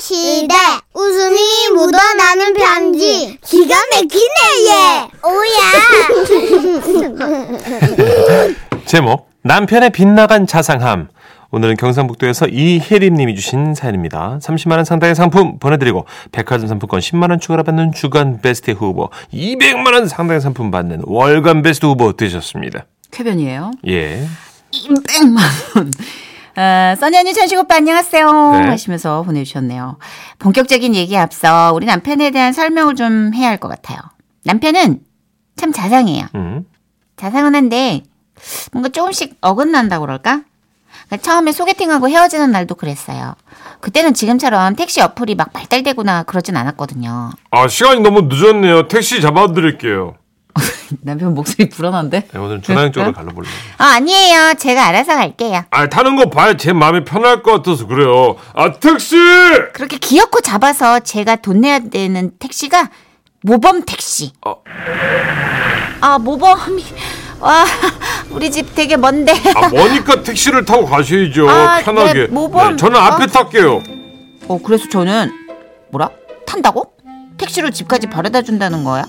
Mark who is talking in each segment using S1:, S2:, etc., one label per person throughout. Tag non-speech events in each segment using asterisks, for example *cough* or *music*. S1: 시대 웃음이 묻어나는 편지 기가 막히네 얘 오야
S2: 제목 남편의 빗나간 자상함 오늘은 경상북도에서 이혜림님이 주신 사연입니다. 30만 원 상당의 상품 보내드리고 백화점 상품권 10만 원 추가로 받는 주간 베스트 후보 200만 원 상당의 상품 받는 월간 베스트 후보 되셨습니다.
S3: 쾌변이에요.
S2: 예.
S3: 200만 원. 아, 써니 언니, 천식 오빠, 안녕하세요.
S2: 네.
S3: 하시면서 보내주셨네요. 본격적인 얘기에 앞서 우리 남편에 대한 설명을 좀 해야 할 것 같아요. 남편은 참 자상해요.
S2: 음.
S3: 자상은 한데 뭔가 조금씩 어긋난다 그럴까? 그러니까 처음에 소개팅하고 헤어지는 날도 그랬어요. 그때는 지금처럼 택시 어플이 막 발달되거나 그러진 않았거든요.
S2: 아 시간이 너무 늦었네요. 택시 잡아드릴게요.
S3: 남편 목소리 불안한데?
S2: 네, 오늘 준하영 쪽으로 갈라볼래요.
S3: 아, 아니에요. 제가 알아서 갈게요.
S2: 아 타는 거 봐야 제 마음이 편할 것 같아서 그래요. 아 택시!
S3: 그렇게 기어코 잡아서 제가 돈 내야 되는 택시가 모범 택시.
S2: 어.
S3: 아, 모범이. 와, 우리 집 되게 먼데.
S2: 아 뭐니까 택시를 타고 가셔야죠.
S3: 아,
S2: 편하게. 네,
S3: 그래, 모범.
S2: 저는 앞에
S3: 어?
S2: 탈게요.
S3: 어, 그래서 저는 뭐라? 탄다고? 택시로 집까지 바래다 준다는 거야?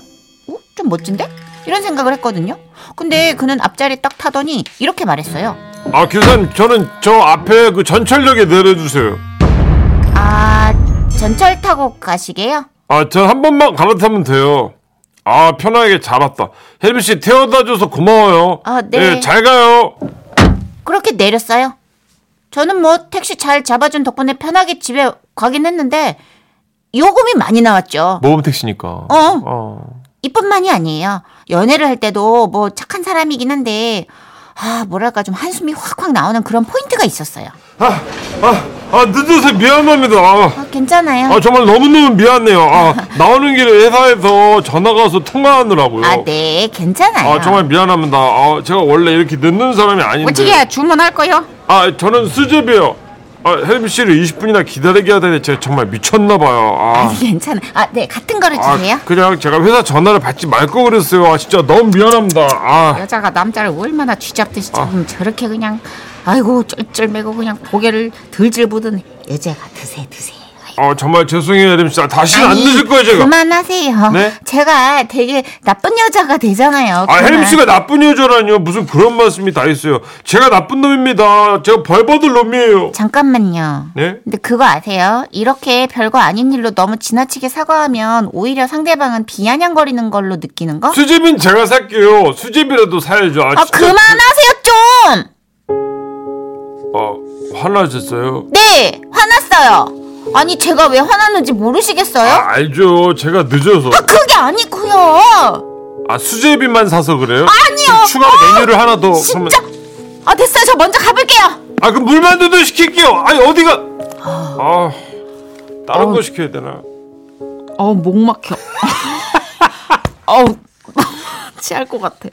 S3: 어? 좀 멋진데? 이런 생각을 했거든요. 근데 그는 앞자리 딱 타더니 이렇게 말했어요.
S2: 아 교사님 저는 저 앞에 그 전철역에 내려주세요
S3: 아, 전철 타고 가시게요?
S2: 아전한 번만 갈아타면 돼요 아 편하게 잡았다 혜림씨 태워다줘서 고마워요
S3: 아, 네.
S2: 예, 잘 가요
S3: 그렇게 내렸어요. 저는 뭐 택시 잘 잡아준 덕분에 편하게 집에 가긴 했는데 요금이 많이 나왔죠.
S2: 모범택시니까 어.
S3: 이뿐만이 아니에요. 연애를 할 때도 뭐 착한 사람이긴 한데 아 뭐랄까 좀 한숨이 확확 나오는 그런 포인트가 있었어요.
S2: 아, 아, 아 늦어서 미안합니다 아,
S3: 아, 괜찮아요.
S2: 아, 정말 너무너무 미안해요 아, 나오는 길에 회사에서 전화가 와서 통화하느라고요
S3: 아, 네, 괜찮아요.
S2: 아, 정말 미안합니다 아, 제가 원래 이렇게 늦는 사람이 아닌데
S3: 어떻게 주문할 거요?
S2: 아 저는 수제비요 아, 혜림씨를 20분이나 기다리게 하다니 제가 정말 미쳤나봐요 아.
S3: *laughs* 아니, 괜찮아. 아, 네, 같은 거를
S2: 아,
S3: 주세요.
S2: 그냥 제가 회사 전화를 받지 말 거 그랬어요. 아, 진짜 너무 미안합니다. 아,
S3: 여자가 남자를 얼마나 쥐잡듯이 잡으면 저렇게 그냥 아이고 쩔쩔매고 그냥 고개를 들질보던 여자가 드세 드세.
S2: 아 정말 죄송해요, 혜림 씨. 아, 다시는 안
S3: 아니,
S2: 늦을 거예요, 제가.
S3: 그만하세요.
S2: 네?
S3: 제가 되게 나쁜 여자가 되잖아요.
S2: 아, 혜림
S3: 그만.
S2: 씨가 나쁜 여자라니요. 무슨 그런 말씀이 다 있어요. 제가 나쁜 놈입니다. 제가 벌받을 놈이에요.
S3: 잠깐만요.
S2: 네?
S3: 근데 그거 아세요? 이렇게 별거 아닌 일로 너무 지나치게 사과하면 오히려 상대방은 비아냥거리는 걸로 느끼는 거?
S2: 수제비는 제가 살게요. 수제비라도 사야죠. 아,
S3: 아,
S2: 진짜.
S3: 그만하세요 좀!
S2: 아, 화나셨어요?
S3: 네! 화났어요! 아니, 제가 왜 화났는지 모르시겠어요?
S2: 아, 알죠. 제가 늦어서.
S3: 아, 그게 아니고요
S2: 아, 수제비만 사서 그래요?
S3: 아니요.
S2: 추가로 메뉴를 하나 더.
S3: 진짜! 아, 됐어요. 저 먼저 가볼게요!
S2: 아, 그 물만두도 시킬게요. 아니, 어디가. 아,
S3: 아.
S2: 다른 거 시켜야 되나?
S3: 어, 목 막혀. *laughs* 어, *laughs* 취할 것 같아.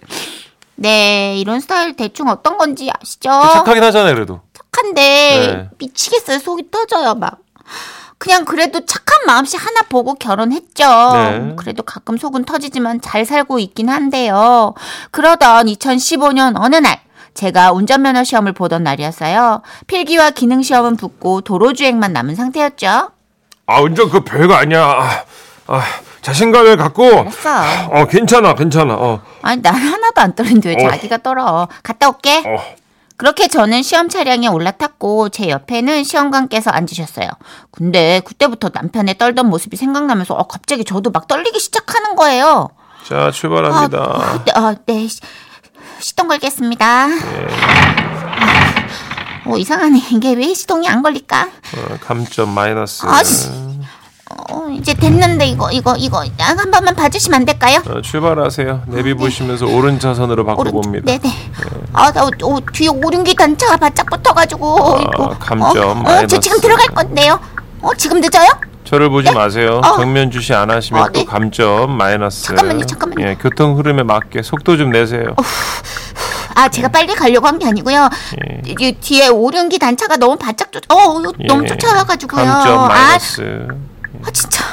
S3: 네, 이런 스타일 대충 어떤 건지 아시죠?
S2: 그 착하긴 하잖아요, 그래도.
S3: 착한데
S2: 네.
S3: 미치겠어요. 속이 터져요, 막. 그냥 그래도 착한 마음씨 하나 보고 결혼했죠.
S2: 네.
S3: 그래도 가끔 속은 터지지만 잘 살고 있긴 한데요. 그러던 2015년 어느 날 제가 운전면허 시험을 보던 날이었어요. 필기와 기능 시험은 붙고 도로 주행만 남은 상태였죠.
S2: 아 운전 그 별거 아니야. 아, 아, 자신감을 갖고.
S3: 됐어.
S2: 어 괜찮아 괜찮아. 어,
S3: 아니 난 하나도 안 떨린데 왜
S2: 어.
S3: 자기가 떨어? 갔다 올게.
S2: 어.
S3: 그렇게 저는 시험 차량에 올라탔고 제 옆에는 시험관께서 앉으셨어요. 근데 그때부터 남편의 떨던 모습이 생각나면서 어, 갑자기 저도 막 떨리기 시작하는 거예요.
S2: 자
S3: 아,
S2: 출발합니다.
S3: 아, 네, 아, 네. 시- 시동 걸겠습니다.
S2: 네.
S3: 어, 이상하네. 이게 왜 시동이 안 걸릴까?
S2: 어, 감점 마이너스.
S3: 아, 씨. 어, 이제 됐는데 이거 이거 이거 아, 한 번만 봐주시면 안 될까요?
S2: 어, 출발하세요. 내비 보시면서 오른 차선으로 바꿔봅니다.
S3: 네네. 아, 나 어, 어, 뒤에 오륜기 단차가 바짝 붙어가지고. 이거.
S2: 아, 감점
S3: 어, 어,
S2: 마이너스.
S3: 저 지금 들어갈 건데요. 어, 지금 늦어요?
S2: 저를 보지 마세요.
S3: 어.
S2: 정면 주시 안 하시면
S3: 어, 네.
S2: 또 감점 마이너스.
S3: 잠깐만요, 잠깐만요.
S2: 예, 교통 흐름에 맞게 속도 좀 내세요.
S3: 아, 제가
S2: 예.
S3: 빨리 가려고 한 게 아니고요. 이, 이 뒤에 오륜기 단차가 너무 바짝 쫓, 어, 어,
S2: 예.
S3: 너무 쫓아와가지고요.
S2: 감점
S3: 아,
S2: 마이너스.
S3: 아, 진짜.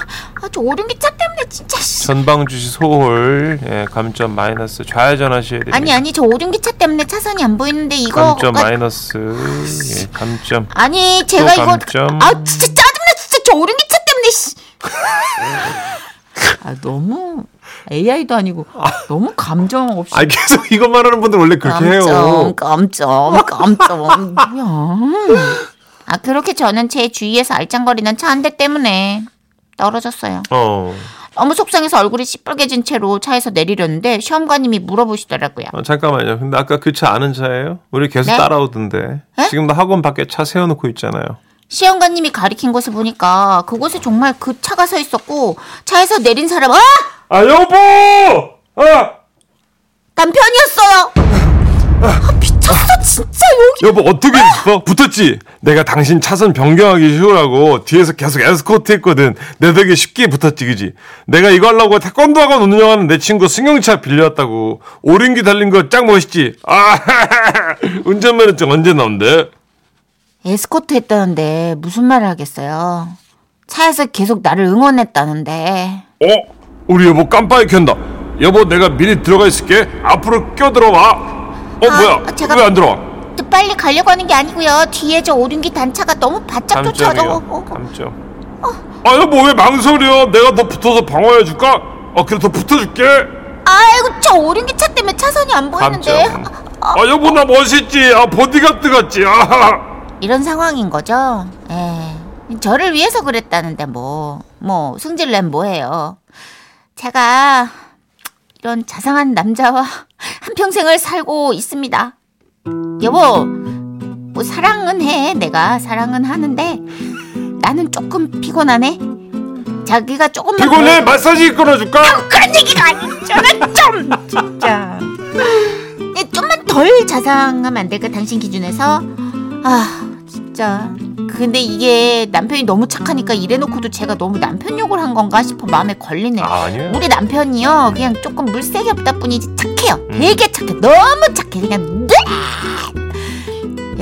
S3: 아, 저 오륜기 차 때문에 진짜. 씨.
S2: 전방 주시 소홀. 예, 감점 마이너스. 좌회전 하셔야 됩니다.
S3: 아니, 아니, 저 오륜기 차 때문에 차선이 안 보이는데 이거.
S2: 감점 마이너스. 예, 감점.
S3: 아니, 제가
S2: 또
S3: 이거.
S2: 감점.
S3: 아, 진짜 짜증나. 진짜 저 오륜기
S2: *laughs*
S3: 아, 너무 AI도 아니고 너무 감정 없이
S2: 아 계속 *laughs* 이것만 하는 분들 원래 그렇게 해요.
S3: 깜짝 깜짝 깜짝 뭐야? 아 그렇게 저는 제 주위에서 알짱거리는 차 한 대 때문에 떨어졌어요.
S2: 어.
S3: 너무 속상해서 얼굴이 시뻘개진 채로 차에서 내리려는데 시험관님이 물어보시더라고요.
S2: 아, 잠깐만요. 근데 아까 그 차 아는 차예요? 우리 계속
S3: 네?
S2: 따라오던데.
S3: 에?
S2: 지금도 학원 밖에 차 세워놓고 있잖아요.
S3: 시험관님이 가리킨 곳을 보니까 그곳에 정말 그 차가 서 있었고 차에서 내린 사람 아
S2: 아 여보! 아
S3: 남편이었어요. 아, 미쳤어 진짜 여기
S2: 여보 어떻게 어? 붙었지? 내가 당신 차선 변경하기 쉬우라고 뒤에서 계속 에스코트했거든. 내 덕에 쉽게 붙었지 그지? 내가 이거 하려고 태권도 학원 운영하는 내 친구 승용차 빌려왔다고. 오륜기 달린 거 짱 멋있지? 아 *laughs* 운전면허증 언제 나온대?
S3: 에스코트 했다는데 무슨 말을 하겠어요. 차에서 계속 나를 응원했다는데
S2: 어? 우리 여보 깜빡이 켠다. 여보 내가 미리 들어가 있을게. 앞으로 껴들어와. 어
S3: 아,
S2: 뭐야?
S3: 제가-
S2: 왜 안 들어와?
S3: 또 빨리 가려고 하는 게 아니고요. 뒤에 저 오륜기 단차가 너무 바짝 쫓아와서 어, 어, 어.
S2: 감점. 아 여보 왜 망설여? 내가 더 붙어서 방어해 줄까? 어 그래 더 붙어줄게.
S3: 아이고 저 오륜기 차 때문에 차선이 안 보이는데
S2: 아 여보 나 멋있지. 아 보디가드 같지. 아.
S3: 이런 상황인 거죠. 예, 저를 위해서 그랬다는데 뭐 뭐 승질낸 뭐해요. 제가 이런 자상한 남자와 한 평생을 살고 있습니다. 여보, 뭐 사랑은 해. 내가 사랑은 하는데 나는 조금 피곤하네. 자기가 조금만
S2: 피곤해 마사지 끊어줄까?
S3: 그런 얘기가 아니잖아 좀 진짜 네, 좀만 덜 자상하면 안 될까 당신 기준에서 아 진짜 근데 이게 남편이 너무 착하니까 이래놓고도 제가 너무 남편 욕을 한 건가 싶어 마음에 걸리네요 뭐,
S2: 아, 아니에요.
S3: 우리 남편이요 그냥 조금 물색이 없다 뿐이지 착해요
S2: 음.
S3: 되게 착해 너무 착해 그냥 네!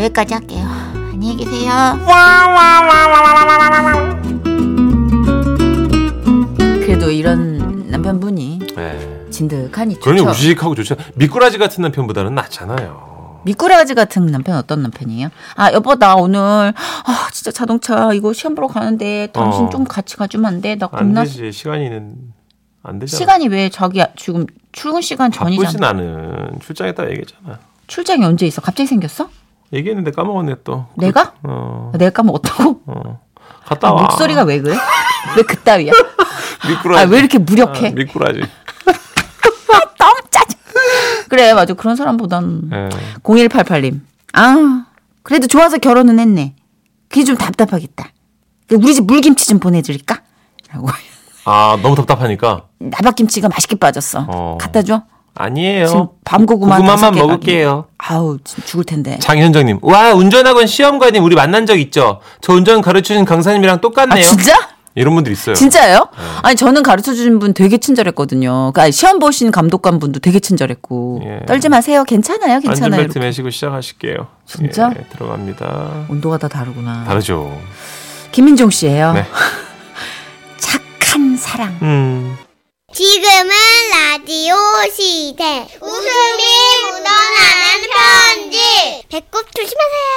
S3: 여기까지 할게요 안녕히 계세요 그래도 이런 남편분이
S2: 네.
S3: 진득하니
S2: 그러니 우직하고 좋죠. 미꾸라지 같은 남편보다는 낫잖아요.
S3: 미꾸라지 같은 남편 어떤 남편이에요? 아 여보 나 오늘 아 진짜 자동차 이거 시험 보러 가는데 당신
S2: 어.
S3: 좀 같이 가주면 안 돼? 나
S2: 안
S3: 겁나
S2: 되지 시간이는 안 되잖아.
S3: 시간이 왜 자기 지금 출근 시간 전이잖아.
S2: 바쁘진 않은 출장에 따라 얘기했잖아.
S3: 출장이 언제 있어? 갑자기 생겼어?
S2: 얘기했는데 까먹었네 또.
S3: 내가?
S2: 어
S3: 아, 내가 까먹었다고?
S2: 어.
S3: 아,
S2: 갔다 와.
S3: 목소리가 왜 그래?
S2: *laughs*
S3: 왜 그따위야?
S2: 미꾸라지.
S3: 아 왜 이렇게 무력해? 아,
S2: 아, 미꾸라지.
S3: 너무 짜증. 그래 맞아 그런 사람보단
S2: 예.
S3: 0188님. 아, 그래도 좋아서 결혼은 했네. 그게 좀 답답하겠다. 우리 집 물김치 좀 보내드릴까? 라고.
S2: 아 너무 답답하니까
S3: 나박김치가 맛있게 빠졌어.
S2: 어.
S3: 갖다 줘. 지금
S2: 아니에요.
S3: 밤고구마 다섯
S2: 고구마만
S3: 개가.
S2: 먹을게요.
S3: 아우, 지금 죽을 텐데.
S2: 장현정님, 와 운전학원 시험관님 우리 만난 적 있죠? 저 운전 가르치는 강사님이랑
S3: 아,
S2: 똑같네요. 네.
S3: 진짜?
S2: 이런 분들 있어요.
S3: 진짜예요? 아니 저는 가르쳐 주신 분 되게 친절했거든요. 그러니까 시험 보신 감독관 분도 되게 친절했고
S2: 예.
S3: 떨지 마세요. 괜찮아요, 괜찮아요.
S2: 안전벨트 매시고 시작하실게요.
S3: 진짜?
S2: 예, 들어갑니다.
S3: 온도가 다 다르구나.
S2: 다르죠.
S3: 김민종 씨예요.
S2: 네.
S3: *laughs* 착한 사랑.
S2: 음.
S1: 지금은 라디오 시대. 웃음이 묻어나는 편지. 배꼽 조심하세요.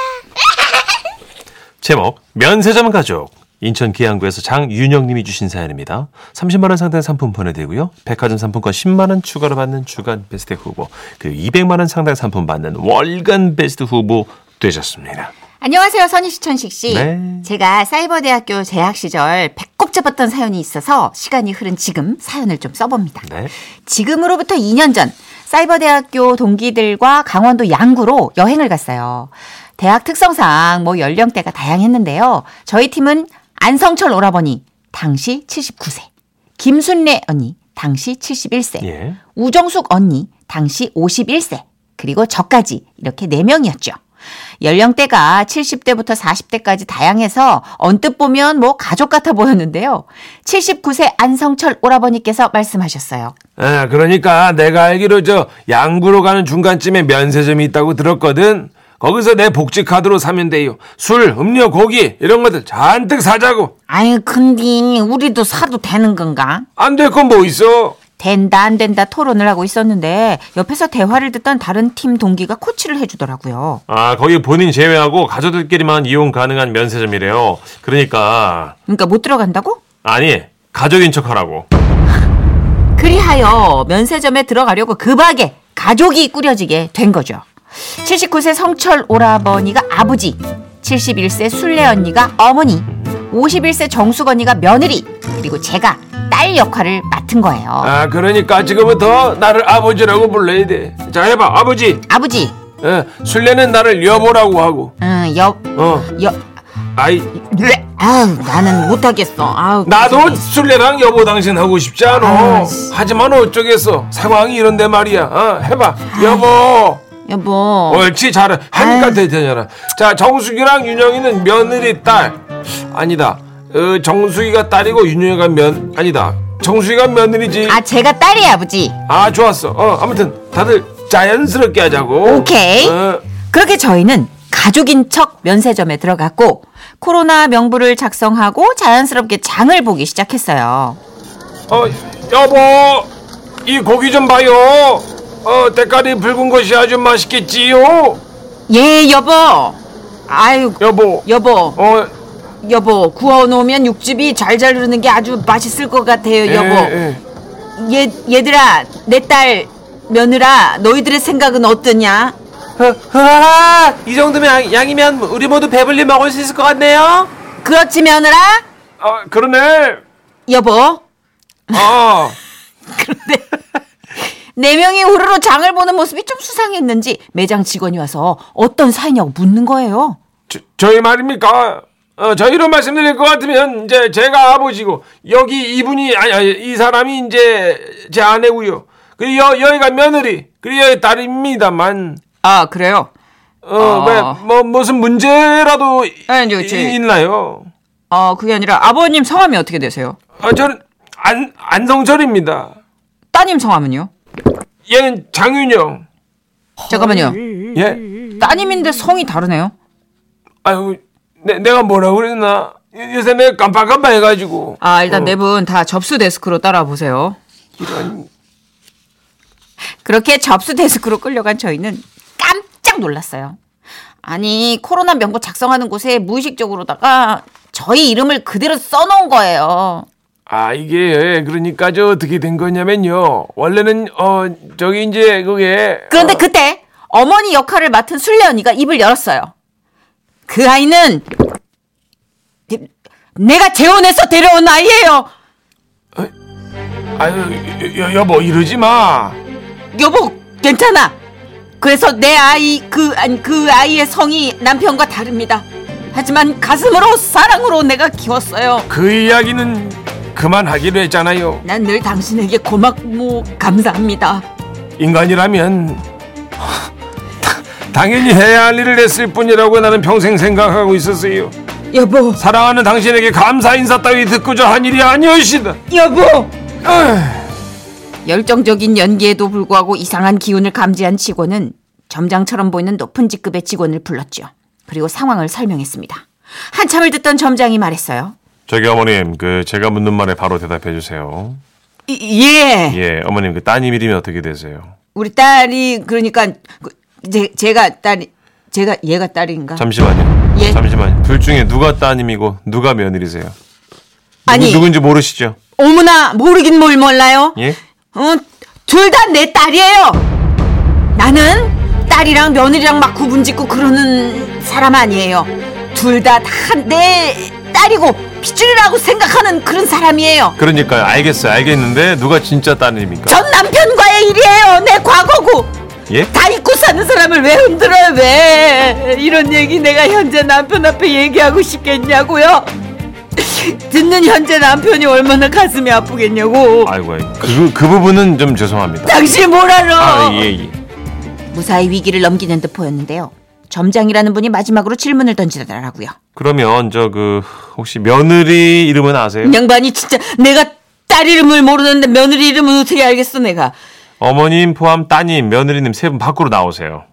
S2: 제목 면세점 가족. 인천 기양구에서 장윤영님이 주신 사연입니다. 30만 원 상당 상품 보내드리고요. 백화점 상품권 10만 원 추가로 받는 주간 베스트 후보, 그리고 200만 원 상당 상품 받는 월간 베스트 후보 되셨습니다.
S3: 안녕하세요, 선희 시천식 씨.
S2: 네.
S3: 제가 사이버대학교 재학 시절 배꼽 잡았던 사연이 있어서 시간이 흐른 지금 사연을 좀 써봅니다.
S2: 네.
S3: 지금으로부터 2년 전 사이버대학교 동기들과 강원도 양구로 여행을 갔어요. 대학 특성상 뭐 연령대가 다양했는데요. 저희 팀은 안성철 오라버니 당시 79세, 김순례 언니 당시 71세,
S2: 예.
S3: 우정숙 언니 당시 51세 그리고 저까지 이렇게 4명이었죠. 연령대가 70대부터 40대까지 다양해서 언뜻 보면 뭐 가족 같아 보였는데요. 79세 안성철 오라버니께서 말씀하셨어요.
S2: 아, 그러니까 내가 알기로 저 양구로 가는 중간쯤에 면세점이 있다고 들었거든. 거기서 내 복지 카드로 사면 돼요. 술, 음료, 고기 이런 것들 잔뜩 사자고.
S3: 아니 근데 우리도 사도 되는 건가?
S2: 안 될 건 뭐 있어?
S3: 된다 안 된다 토론을 하고 있었는데 옆에서 대화를 듣던 다른 팀 동기가 코치를 해주더라고요.
S2: 아, 거기 본인 제외하고 가족들끼리만 이용 가능한 면세점이래요. 그러니까
S3: 그러니까 못 들어간다고?
S2: 아니 가족인 척하라고.
S3: 그리하여 면세점에 들어가려고 급하게 가족이 꾸려지게 된 거죠. 79세 성철 오라버니가 아버지, 71세 순례 언니가 어머니, 51세 정숙 언니가 며느리, 그리고 제가 딸 역할을 맡은 거예요.
S2: 아 그러니까 지금부터 나를 아버지라고 불러야 돼. 자 해봐 아버지.
S3: 아버지,
S2: 어, 순례는 나를 여보라고 하고.
S3: 음, 여,
S2: 어
S3: 여,
S2: 아이
S3: 으, 아우, 나는 못하겠어. 아우,
S2: 네. 나도 순례랑 여보 당신 하고 싶지 않아.
S3: 뭐. 아, 씨.
S2: 하지만 어쩌겠어 상황이 이런데 말이야. 어, 해봐
S3: 어.
S2: 여보.
S3: 여보.
S2: 옳지 잘해 한가 대전이라 자 정숙이랑 윤영이는 며느리 딸 아니다 어, 정숙이가 딸이고 윤영이가 면 아니다 정숙이가 며느리지
S3: 아, 제가 딸이 아버지.
S2: 아 좋았어 어 아무튼 다들 자연스럽게 하자고
S3: 오케이.
S2: 어,
S3: 그렇게 저희는 가족인 척 면세점에 들어갔고 코로나 명부를 작성하고 자연스럽게 장을 보기 시작했어요.
S2: 어, 여보 이 고기 좀 봐요 어 대가리 붉은 것이 아주 맛있겠지요
S3: 예, 여보. 아유,
S2: 여보
S3: 여보,
S2: 어
S3: 여보. 구워놓으면 육즙이 잘 자르는 게 아주 맛있을 것 같아요,
S2: 예,
S3: 여보.
S2: 예.
S3: 얘, 얘들아, 내 딸 며느라 너희들의 생각은 어떠냐?
S2: 흐흐하하 이 정도면 양이면 우리 모두 배불리 먹을 수 있을 것 같네요
S3: 그렇지, 며느라?
S2: 아 그러네
S3: 여보.
S2: 아
S3: 네 명이 우르르 장을 보는 모습이 좀 수상했는지 매장 직원이 와서 어떤 사이냐고 묻는 거예요.
S2: 저, 저희 말입니까? 어, 저희로 말씀드릴 것 같으면 이제 제가 아버지고 여기 이분이 아니, 아니 이 사람이 이제 제 아내고요. 그리고 여, 여기가 며느리 그리고 여기 딸입니다만
S3: 아, 그래요?
S2: 어, 왜,
S3: 아.
S2: 뭐 무슨 문제라도 이-
S3: 아니, 저, 저-
S2: 이- 있나요?
S3: 어, 그게 아니라 아버님 성함이 어떻게 되세요?
S2: 아, 저는 안 안성철입니다.
S3: 따님 성함은요?
S2: 얘는 장윤영.
S3: 잠깐만요.
S2: 예.
S3: 따님인데 성이 다르네요.
S2: 아유, 내, 내가 뭐라 그랬나? 요- 요새 내가 깜빡깜빡 해가지고. 어.
S3: 아, 일단 네 분 다 접수 데스크로 따라와 보세요. 그렇게 접수 데스크로 끌려간 저희는 깜짝 놀랐어요. 아니, 코로나 명부 작성하는 곳에 무의식적으로다가 저희 이름을 그대로 써놓은 거예요.
S2: 아 이게 그러니까 저 어떻게 된 거냐면요 원래는 어 저기 이제 그게
S3: 그런데 그때 어머니 역할을 맡은 순례 언니가 입을 열었어요. 그 아이는 네- 내가 재혼해서 데려온 아이예요.
S2: 아유 여, 여- 여보 이러지 마
S3: 여보 괜찮아. 그래서 내 아이 그 아니 그 아이의 성이 남편과 다릅니다. 하지만 가슴으로 사랑으로 내가 키웠어요.
S2: 그 이야기는 그만하기로 했잖아요
S3: 난 늘 당신에게 고맙고 감사합니다.
S2: 인간이라면 *laughs* 당연히 해야 할 일을 했을 뿐이라고 나는 평생 생각하고 있었어요
S3: 여보,
S2: 사랑하는 당신에게 감사 인사 따위 듣고자 한 일이 아니었시다
S3: 여보.
S2: 에휴,
S3: 열정적인 연기에도 불구하고 이상한 기운을 감지한 직원은 점장처럼 보이는 높은 직급의 직원을 불렀죠. 그리고 상황을 설명했습니다. 한참을 듣던 점장이 말했어요.
S4: 저기 어머님, 그 제가 묻는 말에 바로 대답해 주세요.
S3: 예.
S4: 예, 어머님 그 따님 이름이 어떻게 되세요?
S3: 우리 딸이 그러니까 그 제, 제가 딸이 제가 얘가 딸인가?
S4: 잠시만요.
S3: 예.
S4: 잠시만요. 둘 중에 누가 따님이고 누가 며느리세요? 누구,
S3: 아니
S4: 누군지 모르시죠?
S3: 어머나 모르긴 뭘 몰라요.
S4: 예?
S3: 어, 둘 다 내 딸이에요. 나는 딸이랑 며느리랑 막 구분짓고 그러는 사람 아니에요. 둘 다 다 내 딸이고 핏줄이라고 생각하는 그런 사람이에요.
S4: 그러니까요. 알겠어요. 알겠는데 누가 진짜 따님입니까?
S3: 전 남편과의 일이에요. 내 과거고.
S4: 예?
S3: 다 잊고 사는 사람을 왜 흔들어요? 왜 이런 얘기 내가 현재 남편 앞에 얘기하고 싶겠냐고요? *laughs* 듣는 현재 남편이 얼마나 가슴이 아프겠냐고.
S4: 아이고 아이고. 그, 그 부분은 좀 죄송합니다.
S3: 당신 뭘 알아?
S4: 아, 예, 예.
S3: 무사히 위기를 넘기는 듯 보였는데요. 점장이라는 분이 마지막으로 질문을 던지더라고요.
S4: 그러면 저 그 혹시 며느리 이름은 아세요?
S3: 양반이 진짜 내가 딸 이름을 모르는데 며느리 이름은 어떻게 알겠어 내가.
S4: 어머님 포함 따님, 며느리님 세 분 밖으로 나오세요.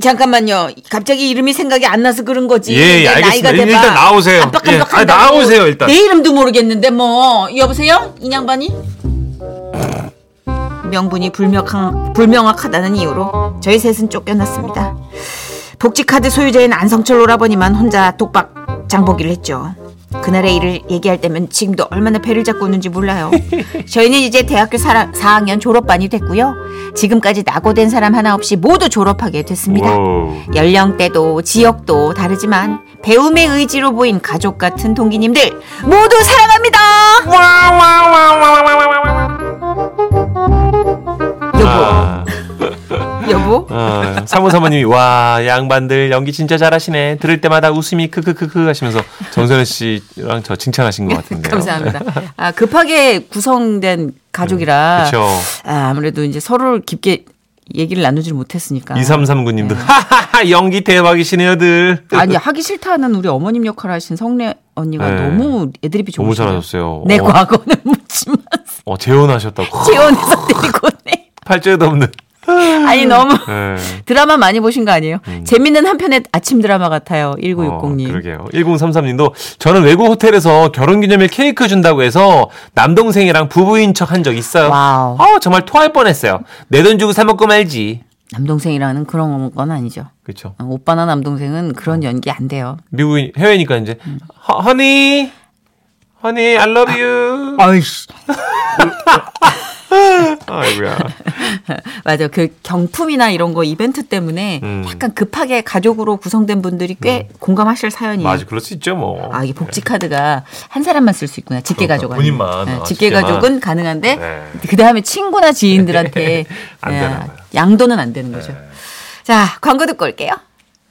S3: 잠깐만요. 갑자기 이름이 생각이 안 나서 그런 거지.
S4: 예, 예,
S3: 내
S4: 알겠습니다.
S3: 나이가 돼봐.
S4: 일단 나오세요.
S3: 깜빡깜빡
S4: 예, 아, 나오세요, 일단.
S3: 내 이름도 모르겠는데 뭐. 여보세요? 이 양반이? 명분이 불명확, 불명확하다는 이유로 저희 셋은 쫓겨났습니다. 복지카드 소유자인 안성철 오라버니만 혼자 독박 장보기를 했죠. 그날의 일을 얘기할 때면 지금도 얼마나 배를 잡고 있는지 몰라요.
S2: *laughs*
S3: 저희는 이제 대학교 4, 4학년 졸업반이 됐고요. 지금까지 낙오된 사람 하나 없이 모두 졸업하게 됐습니다.
S2: 와우.
S3: 연령대도 지역도 다르지만 배움의 의지로 보인 가족 같은 동기님들 모두 사랑합니다. 여보,
S2: 아,
S3: 여보.
S2: 아, 사모사모님이 와 양반들 연기 진짜 잘하시네. 들을 때마다 웃음이 크크크크 하시면서 정선혜 씨랑 저 칭찬하신 것 같은데요.
S3: 감사합니다. 아, 급하게 구성된 가족이라
S2: 그렇죠.
S3: 아, 무래도 이제 서로를 깊게 얘기를 나누질 못했으니까. 네.
S2: 2339님도 하하하 연기 대박이시네요들.
S3: 아니 하기 싫다는 우리 어머님 역할을 하신 성래 언니가
S2: 네.
S3: 너무 애드립이 좋으
S2: 너무
S3: 셔요
S2: 잘하셨어요.
S3: 내
S2: 어,
S3: 과거는 묻지마
S2: 어, 재혼하셨다고.
S3: *laughs*
S2: *laughs*
S3: 재혼해서 데리고 내
S2: 팔자도 없는.
S3: 아니 너무
S2: 예.
S3: 드라마 많이 보신 거 아니에요? 재밌는 한편의 아침 드라마 같아요.
S2: 음. 어,
S3: 1960님.
S2: 그러게요. 1033님도 저는 외국 호텔에서 결혼기념일 케이크 준다고 해서 남동생이랑 부부인 척 한 적 있어요.
S3: 와우.
S2: 어, 정말 토할 뻔했어요. 내 돈 주고 사 먹고 말지.
S3: 남동생이라는 그런 건 아니죠.
S2: 그렇죠.
S3: 어, 오빠나 남동생은
S2: 어.
S3: 그런 연기 안 돼요.
S2: 미국인 해외니까 이제 허, 허니 허니 I love you.
S3: 아이씨.
S2: 아이고야.
S3: 맞아요. 그 경품이나 이런 거 이벤트 때문에
S2: 음.
S3: 약간 급하게 가족으로 구성된 분들이 꽤 공감하실 사연이에요.
S2: 맞아. 그럴 수 있죠, 뭐.
S3: 예. 아, 이게 복지 카드가 한 사람만 쓸 수 있구나. 직계
S2: 그러니까,
S3: 가족
S2: 본인만. 아,
S3: 직계
S2: 직계만.
S3: 가족은 가능한데
S2: 네.
S3: 그 다음에 친구나 지인들한테
S2: *laughs* 안
S3: 예,
S2: 되나 봐요. 네.
S3: 양도는 안 되는 거죠. 자, 광고 듣고 올게요.